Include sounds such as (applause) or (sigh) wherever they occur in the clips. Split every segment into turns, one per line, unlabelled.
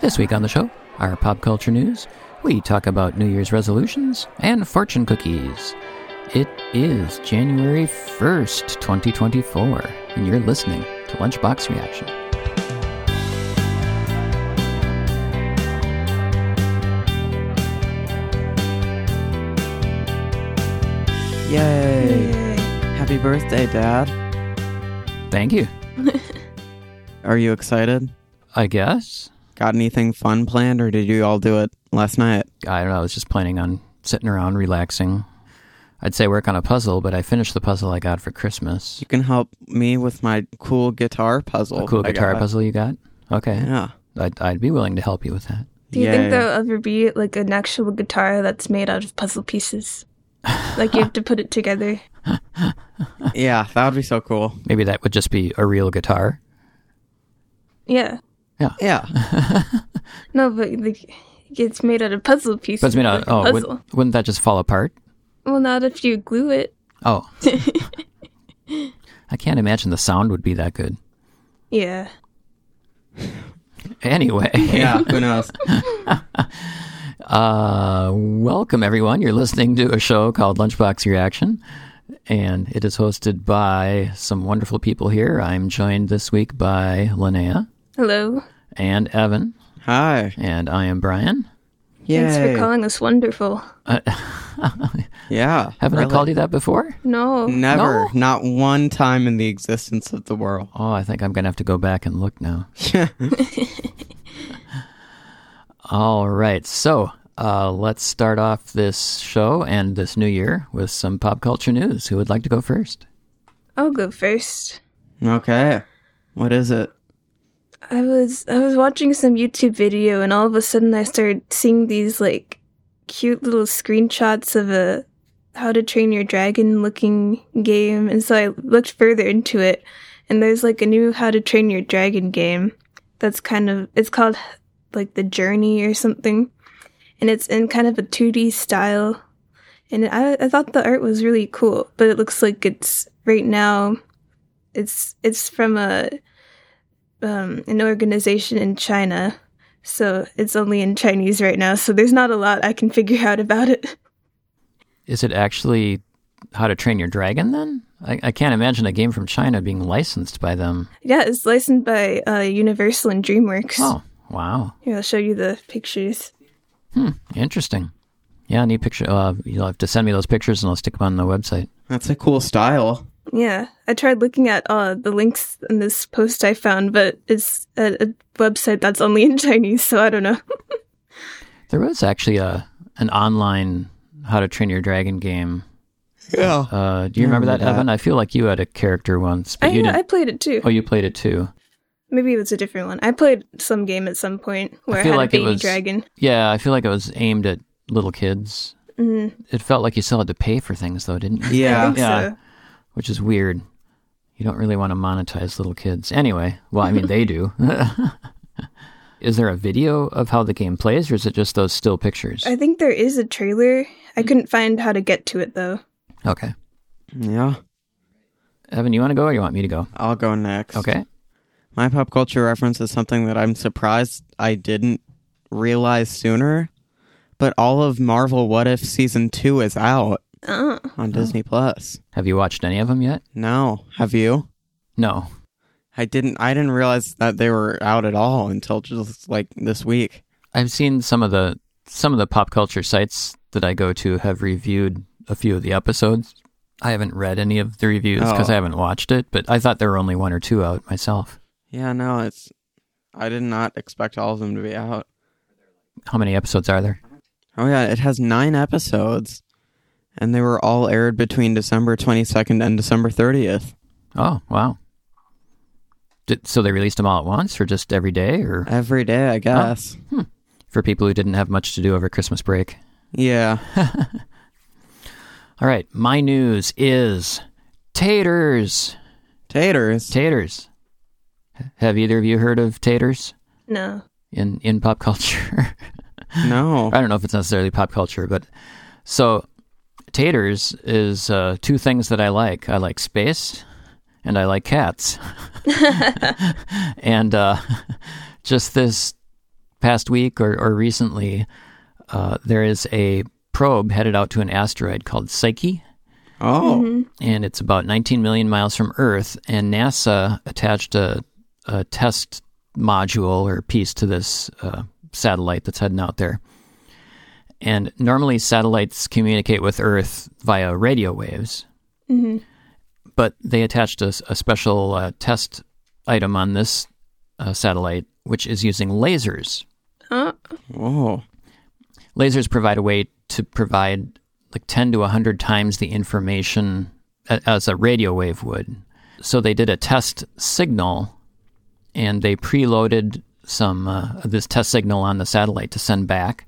This week on the show, our pop culture news, we talk about New Year's resolutions and fortune cookies. It is January 1st, 2024, and you're listening to Lunchbox Reaction.
Yay. Happy birthday, Dad.
Thank you,
Are you excited?
I guess.
Got anything fun planned, or did you all do it last night?
I don't know, I was just planning on sitting around relaxing. I'd say work on a puzzle, but I finished the puzzle I got for Christmas.
You can help me with my cool guitar puzzle.
A cool
Oh, I
guitar
got.
puzzle you got? Okay.
Yeah.
I'd, I'd be willing to help you with that.
Do you
Yay.
think there'll ever be like an actual guitar that's made out of puzzle pieces? Like you have to put
(laughs)
it together.
Yeah, that would be so cool.
Maybe that would just be a real guitar.
Yeah. (laughs)
Yeah.
No, but like it's made out of puzzle pieces.
But it's made out.
like a
Oh, would-
puzzle.
wouldn't, that just fall apart?
Well, not if you glue it.
Oh, I can't imagine the sound would be that good.
Yeah.
Anyway,
Yeah, who knows?
uh, welcome everyone. You're listening to a show called Lunchbox Reaction, and it is hosted by some wonderful people here. I'm joined this week by Linnea
Hello.
and Evan,
Hi.
and I am Brian.
Yay.
Thanks for calling us wonderful.
Yeah.
Haven't I
really.
called you that before?
No.
Never.
No?
Not one time in the existence of the world.
Oh, I think I'm going to have to go back and look now. (laughs) All right. So uh, let's start off this show and this new year with some pop culture news. Who would like to go first?
I'll go first.
Okay. What is it?
I was I was watching some YouTube video and all of a sudden I started seeing these like cute little screenshots of a how to train your dragon looking game and so I looked further into it and there's like a new how to train your dragon game that's kind of it's called like the journey or something and it's in kind of a 2D style and I I thought the art was really cool but it looks like it's right now it's it's from a um, an organization in China, so it's only in Chinese right now. So there's not a lot I can figure out about it. (laughs)
Is it actually How to Train Your Dragon then? I, I can't imagine a game from China being licensed by them.
Yeah, it's licensed by uh, Universal and DreamWorks.
Oh, wow.
Here, I'll show you the pictures.
Interesting. Yeah, neat picture. Uh, you'll have to send me those pictures and I'll stick them on the website.
That's a cool style.
Yeah, I tried looking at uh, the links in this post I found, but it's a, a website that's only in (laughs) Chinese, so I don't know.
There was actually a an online How to Train Your Dragon game.
Yeah.
Uh, do you remember,
Remember
that,
that.
Evan? I feel like you had a character once, but
I,
you didn't.
I played it too.
Oh, you played it too.
Maybe it was a different one. I played some game at some point where I,
feel
had
like
a
it
baby
was-
dragon.
Yeah, I feel like it was aimed at little kids.
Mm,
It felt like you still had to pay for things, though, didn't you?
I
Yeah.
think
Yeah.
so.
Which is weird. You don't really want to monetize little kids. Anyway, well, I mean, they do. (laughs) is there a video of how the game plays, or is it just those still pictures?
I think there is a trailer. I couldn't find how to get to it though.
Okay.
Yeah.
Evan, you want to go or you want me to go?
I'll go next.
Okay.
My pop culture reference is something that I'm surprised I didn't realize sooner, but all of Marvel What If season 2 is out
Oh,
on Disney Plus.
Have you watched any of them yet?
No, have you?
No.
I didn't I didn't realize that they were out at all until just like this week.
I've seen some of the some of the pop culture sites that I go to have reviewed a few of the episodes. I haven't read any of the reviews because
Oh.
I haven't watched it, but I thought there were only one or two out myself.
Yeah, no, it's I did not expect all of them to be out.
How many episodes are there?
Oh yeah, it has 9 episodes and they were all aired between December 22nd and December 30th.
Oh, wow. Did, so they released them all at once or just every day or
Every day, I guess.
for people who didn't have much to do over Christmas break?
Yeah.
All right, my news is taters.
Taters.
Taters. H- Have either of you heard of taters
no.
in in pop culture? (laughs)
no.
I don't know if it's necessarily pop culture, but so taters is uh, two things that I like. I like space, and I like (laughs) cats, and uh, just this past week or, or recently, uh, there is a probe headed out to an asteroid called Psyche,
(laughs) Oh,
and it's about 19 million miles from Earth. And NASA attached a, a test module or piece to this uh, satellite that's heading out there. And normally, satellites communicate with Earth via radio waves, but they attached a, s- a special uh, test item on this uh, satellite, which is using lasers.
Uh,
whoa.
lasers provide a way to provide like 10 to 100 times the information a- as a radio wave would. So they did a test signal and they preloaded some uh, this test signal on the satellite to send back.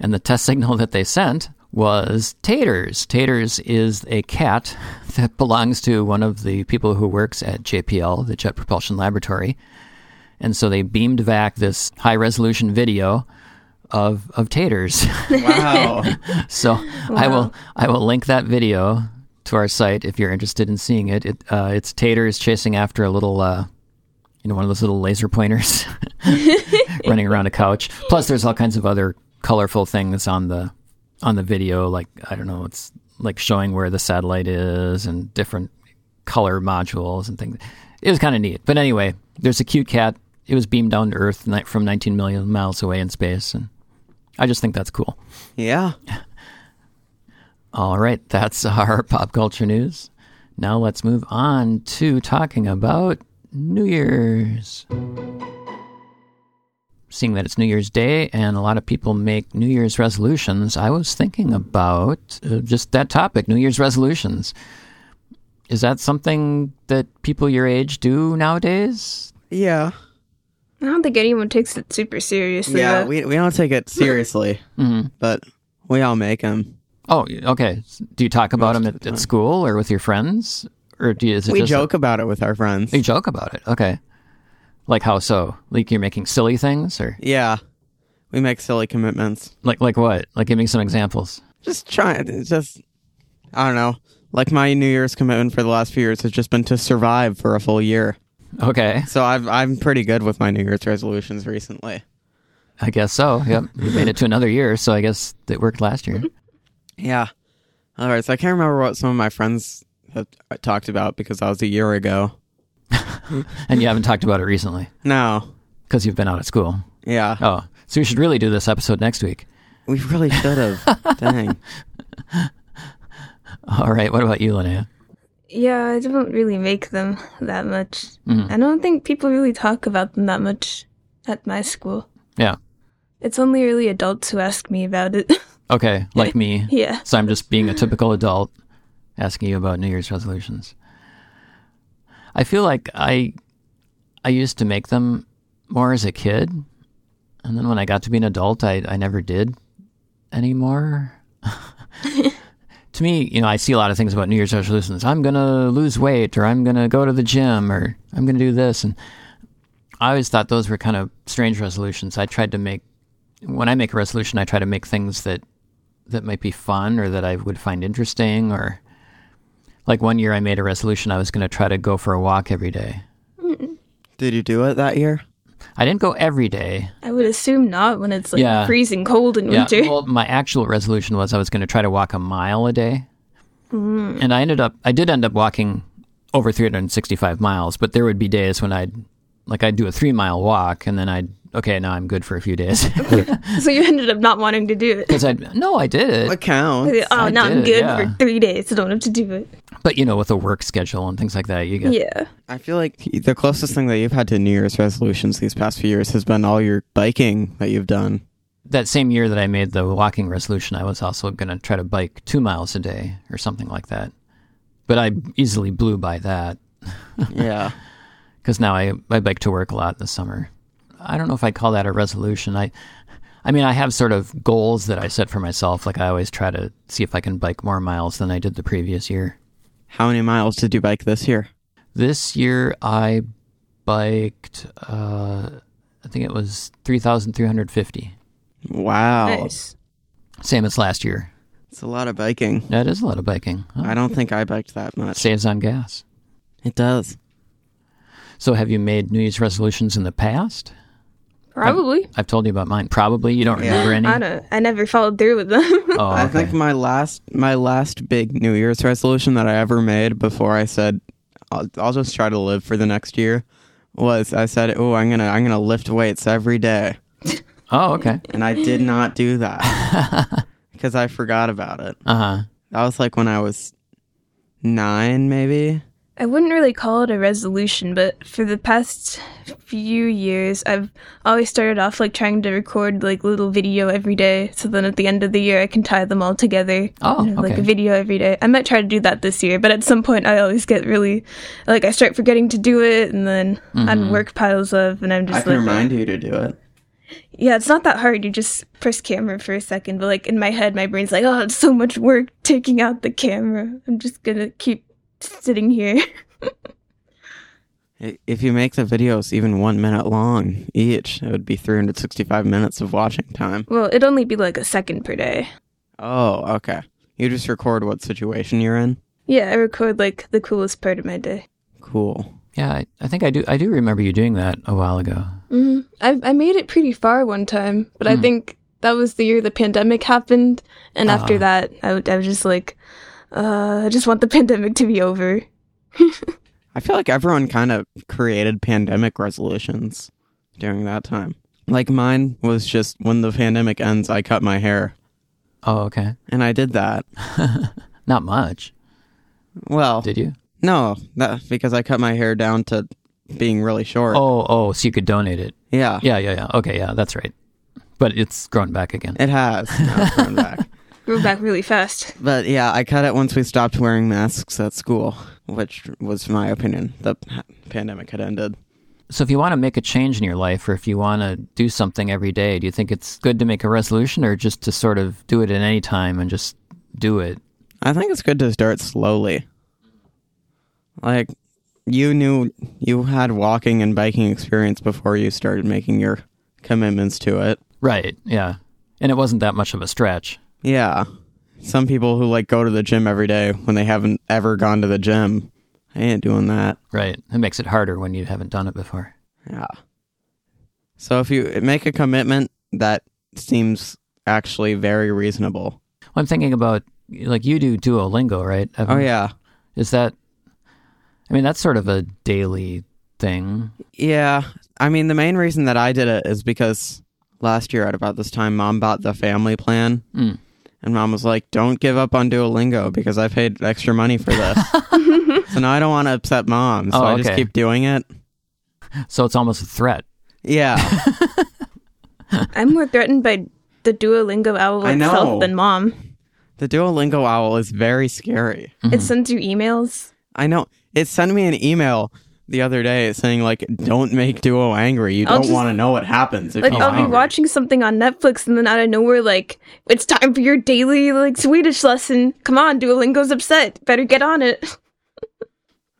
And the test (laughs) signal that they sent was Taters. Taters is a cat (laughs) that belongs to one of the people who works at JPL, the Jet Propulsion Laboratory. And so they beamed back this high resolution video of of taters.
Wow.
(laughs) so I will I will link that video to our site if you're interested in seeing it. It uh, it's taters chasing after a little uh, you know one of those little laser pointers (laughs) running around a couch. Plus, there's all kinds of other colorful things on the on the video. Like I don't know, it's like showing where the satellite is and different color modules and things. It was kind of neat. But anyway, there's a cute cat. It was beamed down to Earth ni- from 19 million miles away in space, and I just think that's cool.
yeah.
All right, that's (laughs) our pop culture news. Now let's move on to talking about New Year's. Seeing that it's New Year's Day and a lot of people make New Year's resolutions, I was thinking about uh, just that topic New Year's resolutions. Is that something that people your age do nowadays?
Yeah.
I don't think anyone takes it super seriously.
Yeah,
though.
we, we don't take it seriously, but we all make them.
Oh, okay. Do you talk about
Most
them
of
at,
the
at
time.
school or with your friends? Or do you, is it
We
just
joke about it with our friends.
You joke about it. Okay. Like how so? Like you're making silly things or
Yeah. We make silly commitments.
like like what? Like give me some examples.
Just try it's just I don't know. Like my New Year's commitment for the last few years has just been to survive for a full year.
Okay.
So I've I'm pretty good with my New Year's resolutions recently.
I guess so. Yep. You made it to another year, so I guess it worked last year.
Yeah. All right. So I can't remember what some of my friends have talked about because that was a year ago.
And you haven't talked about it recently
No.
because you've been out of school.
Yeah.
Oh. So you should really do this episode next week.
We really should have. (laughs) Dang.
All right. What about you, Linnea?
Yeah, I don't really make them that much.
Mm-hmm.
I don't think people really talk about them that much at my school.
Yeah.
It's only really adults who ask me about it. (laughs)
Okay. Like me.
yeah.
So I'm just being a typical adult asking you about New Year's resolutions. I feel like I I used to make them more as a kid. And then when I got to be an adult, I, I never did anymore. to me, you know, I see a lot of things about New Year's resolutions. I'm going to lose weight or I'm going to go to the gym or I'm going to do this. And I always thought those were kind of strange resolutions. I tried to make, when I make a resolution, I try to make things that that might be fun or that I would find interesting or like one year I made a resolution I was going to try to go for a walk every day.
Did you do it that year?
I didn't go every day.
I would assume not when it's like
Yeah.
freezing cold in
Yeah.
winter.
Well, my actual resolution was I was going to try to walk a mile a day. And I ended up I did end up walking over 365 miles, but there would be days when I'd like I'd do a 3-mile walk and then I'd okay, now I'm good for a few days.
(laughs)
(laughs)
so you ended up not wanting to do
(laughs)
it.
Cuz I'd no, I did it.
What counts?
oh,
I
now I'm
did,
good
yeah.
for three days. I don't have to do it.
But you know, with a work schedule and things like that, you get
Yeah.
I feel like the closest thing that you've had to New Year's resolutions these past few years has been all your biking that you've done.
that same year that I made the walking resolution, I was also going to try to bike two miles a day or something like that. But I easily blew by that
Yeah.
because now I, I bike to work a lot in the summer. I don't know if I call that a resolution. I, I mean, I have sort of goals that I set for myself. Like I always try to see if I can bike more miles than I did the previous year.
(laughs) How many miles did you bike this year?
This year I biked, uh, I think it was 3,350.
Wow.
Nice.
Same as last year.
It's a lot of biking.
That is a lot of biking. Huh?
I don't think I biked that much.
Saves on gas.
It does.
So, have you made New Year's resolutions in the past?
Probably.
I've told you about mine. Probably you don't
Yeah.
remember any.
I don't. I never followed through with them. (laughs)
Oh,
I
okay.
think my last my last big New Year's resolution that I ever made before I said I'll, I'll just try to live for the next year was I said, "Oh, I'm going to I'm going to lift weights every day."
oh, okay.
And I did not do that because I forgot about it.
Uh huh.
That was like when I was 9 maybe.
I wouldn't really call it a resolution, but for the past few years, I've always started off like trying to record like little video every day. So then at the end of the year, I can tie them all together.
Oh,
you know, like
okay.
a video every day. I might try to do that this year, but at some point, I always get really like I start forgetting to do it, and then
Mm-hmm.
I'm work piles up, and I'm
I
just
can
like,
remind you to do it.
yeah, it's not that hard. You just press camera for a second, but like in my head, my brain's like, oh, it's so much work taking out the camera. I'm just gonna keep sitting here.
I- If you make the videos even 1 minute long each, it would be 365 minutes of watching time.
Well, it'd only be like a second per day.
Oh, okay. You just record what situation you're in.
Yeah, I record like the coolest part of my day.
Cool.
Yeah, I, I think I do. I do remember you doing that a while ago.
Mm-hmm. I I made it pretty far one time, but I
Hmm.
think that was the year the pandemic happened, and
Ah.
after that, I, w- I was just like, uh, I just want the (laughs) pandemic to be over.
I feel like everyone kind of created pandemic resolutions during that time. Like mine was just when the pandemic ends, I cut my hair.
Oh, okay.
And I did that.
Not much.
Well,
Did you?
no, that because I cut my hair down to being really short.
Oh, oh. So you could donate it.
yeah,
Yeah, yeah, yeah. Okay, yeah. That's right. But it's grown back again.
It has. Now it's grown back.
Grew back
(laughs)
really fast.
But yeah, I cut it once we stopped wearing masks at school, which was my opinion. The p- pandemic had ended.
So if you want to make a change in your life, or if you want to do something every day, do you think it's good to make a resolution, or just to sort of do it at any time and just do it?
I think it's good to start slowly. Like you knew you had walking and biking experience before you started making your commitments to it.
Right. Yeah. And it wasn't that much of a stretch.
Yeah. Some people who like go to the gym every day when they haven't ever gone to the gym. I ain't doing that.
Right. It makes it harder when you haven't done it before.
Yeah. So if you make a commitment that seems actually very reasonable.
Well, I'm thinking about like you do Duolingo, right? Evan?
Oh yeah.
Is that? I mean, that's sort of a daily thing.
Yeah. I mean, the main reason that I did it is because last year at about this time, mom bought the family plan.
Mm.
And mom was like, don't give up on Duolingo because I paid extra money
(laughs)
for this. so now I don't want to upset mom. So
Oh,
I just
okay.
keep doing it.
So it's almost a threat. (laughs)
Yeah.
I'm more threatened by the Duolingo owl
I know.
itself than mom.
the Duolingo owl is very scary.
It sends you emails.
I know. It sent me an email the other day saying, like, don't make Duo angry. You
I'll
don't
just-
want to know what happens if
Like
you
I'll be
angry.
watching something on Netflix, and then out of nowhere, like it's time for your daily like Swedish lesson. Come on, Duolingo's upset. Better get on it. (laughs)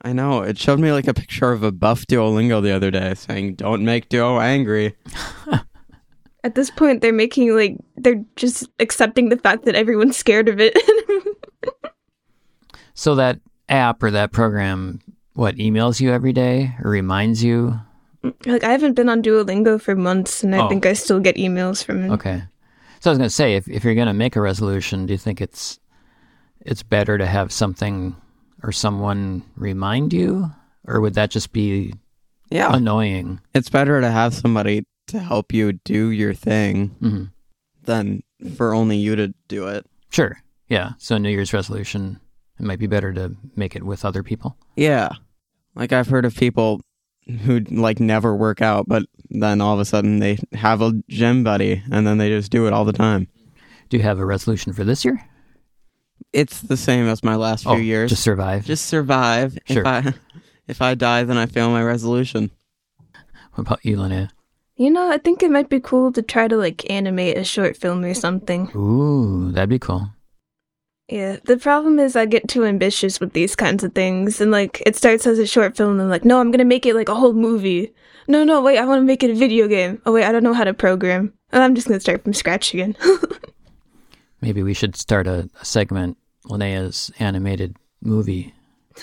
I know. It showed me like a picture of a buff Duolingo the other day saying, don't make Duo angry.
At this point, they're making like they're just accepting the fact that everyone's scared of it. (laughs)
So that app or that program, what emails you every day or reminds you?
like I haven't been on Duolingo for months, and I
Oh.
think I still get emails from
Mm-hmm.
it.
Okay. So I was going to say, if if you're going to make a resolution, do you think it's it's better to have something or someone remind you, or would that just be
Yeah.
annoying?
it's better to have somebody to help you do your thing
hmm
than for only you to do it.
Sure. Yeah. So New Year's resolution, it might be better to make it with other people.
Yeah. Like I've heard of people who like never work out, but then all of a sudden they have a gym buddy and then they just do it all the time.
Do you have a resolution for this year?
It's the same as my last few years.
Just
Just,
survive.
survive.
Sure.
If I (laughs) if I die then I fail my
(laughs)
resolution.
What about you, Linnea?
You know, I think it might be cool to try to like animate a short film or something.
Ooh, that'd be cool.
Yeah, the problem is I get too ambitious with these kinds of things, and like it starts as a short film, and I'm like, no, I'm gonna make it like a whole movie. No, no, wait, I want to make it a video game. Oh wait, I don't know how to program, and I'm just gonna start from scratch again. (laughs)
Maybe we should start a, a segment, Linnea's animated movie.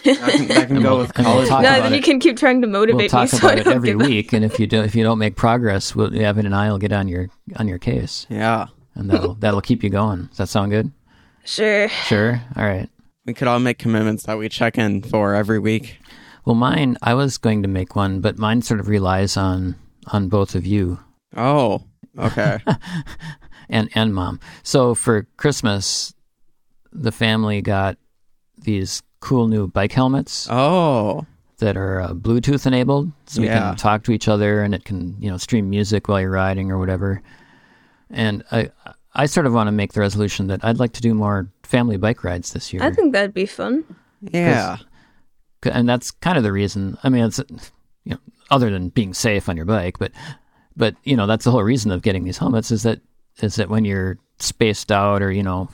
That can, that can
And
go
we'll-
with
and we'll
college.
talk
no,
about
about
then
it.
you can keep trying to
we'll
motivate me
talk
so I
about it
don't
every
give
week, and if you do, if you don't make progress, we'll, Evan and I will get on your on your case,
Yeah.
and that'll that'll keep you going. Does that sound good?
up. Sure.
Sure. All right.
We could all make commitments that we check in for every week.
Well, mine. I was going to make one, but mine sort of relies on on both of you
Oh,
(laughs)
okay.
and and mom. So for Christmas, the family got these cool new bike helmets
oh,
that are uh, Bluetooth enabled, so we
Yeah.
can talk to each other and it can you know stream music while you're riding or whatever. And I I sort of want to make the resolution that I'd like to do more family bike rides this year.
I think that'd be fun.
yeah.
C- and that's kind of the reason. I mean, it's you know, other than being safe on your bike, but but you know that's the whole reason of getting these helmets is that is that when you're spaced out or you know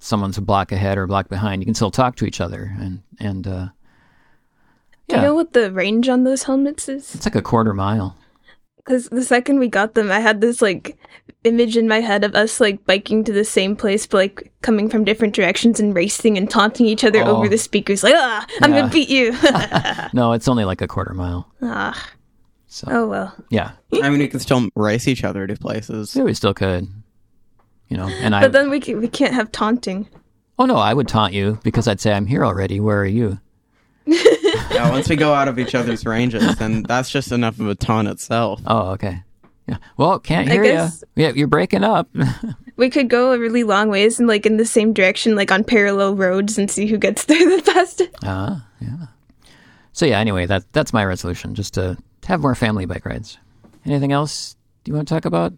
someone's a block ahead or a block behind, you can still talk to each other and and uh,
Do
yeah,
you know what the range on those helmets is?
it's like a quarter mile.
Because the second we got them, I had this like image in my head of us like biking to the same place, but like coming from different directions and racing and taunting each other
Oh.
over the speakers, like ah, I'm
Yeah.
gonna beat you.
(laughs)
(laughs)
No, it's only like a quarter mile.
ah,
So
oh well.
yeah,
I mean, we can still race each other to places.
yeah, we still could, you know. And I
But then we can, we can't have taunting.
oh no, I would taunt you because I'd say I'm here already. Where are you?
Yeah, once we go out of each other's ranges, then that's just enough of a taunt itself.
Oh okay. Yeah. Well, can't
I
hear you.
guess-
Yeah, you're breaking up. (laughs)
We could go a really long ways and like in the same direction, like on parallel roads, and see who gets (laughs) there the fastest.
Ah, yeah. So yeah. Anyway, that that's my resolution, just to have more family bike rides. Anything else you want to talk about?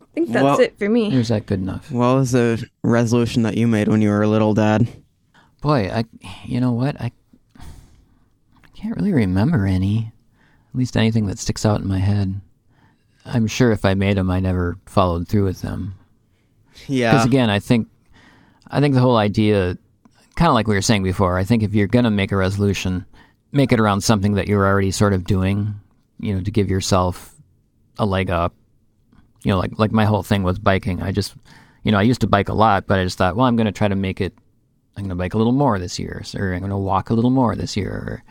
I think that's
Well-
it for me.
Or is that good enough?
What was the resolution that you made when you were a little dad?
Boy, I. You know what? I. I can't really remember any. At least anything that sticks out in my head. I'm sure if I made them, I never followed through with them.
Yeah.
Because again, I think, I think the whole idea, kind of like we were saying before, I think if you're gonna make a resolution, make it around something that you're already sort of doing, you know, to give yourself a leg up. You know, like like my whole thing was biking. I just, you know, I used to bike a lot, but I just thought, well, I'm gonna try to make it. I'm gonna bike a little more this year, or I'm gonna walk a little more this year, or.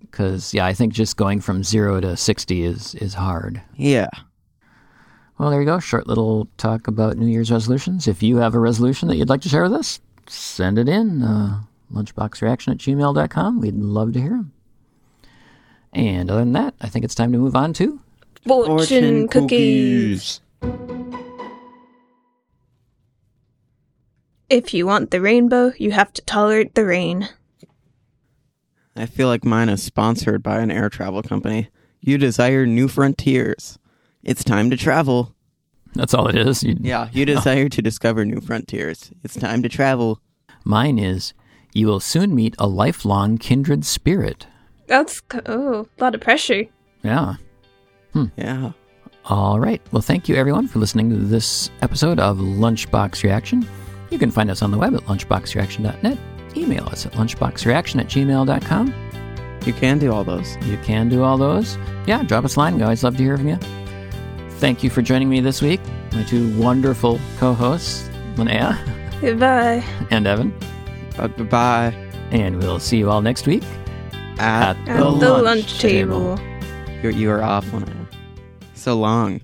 Because yeah, I think just going from zero to sixty is is hard.
yeah.
Well, there you go. Short little talk about New Year's resolutions. If you have a resolution that you'd like to share with us, send it in. Uh, lunchboxreaction at gmail.com. We'd love to hear them. And other than that, I think it's time to move on to.
Fortune, cookies. If you want the rainbow, you have to tolerate the rain.
I feel like mine is sponsored by an air travel company. You desire new frontiers. It's time to travel.
That's all it is. You-
Yeah, you desire to discover new frontiers. It's time to travel.
Mine is you will soon meet a lifelong kindred spirit.
That's c- oh, a lot of pressure.
Yeah.
Hmm.
Yeah.
All right. Well, thank you everyone for listening to this episode of Lunchbox Reaction. You can find us on the web at lunchboxreaction.net. Email us at lunchboxreaction at gmail.com.
You can do all those.
You can do all those. Yeah, drop us a line. We always love to hear from you. Thank you for joining me this week. My two wonderful co hosts, Linnea (laughs)
Goodbye.
and Evan.
Uh, bye.
And we'll see you all next week.
At
At
At
The
the,
lunch
lunch table.
table.
You're, you are off on it. So long.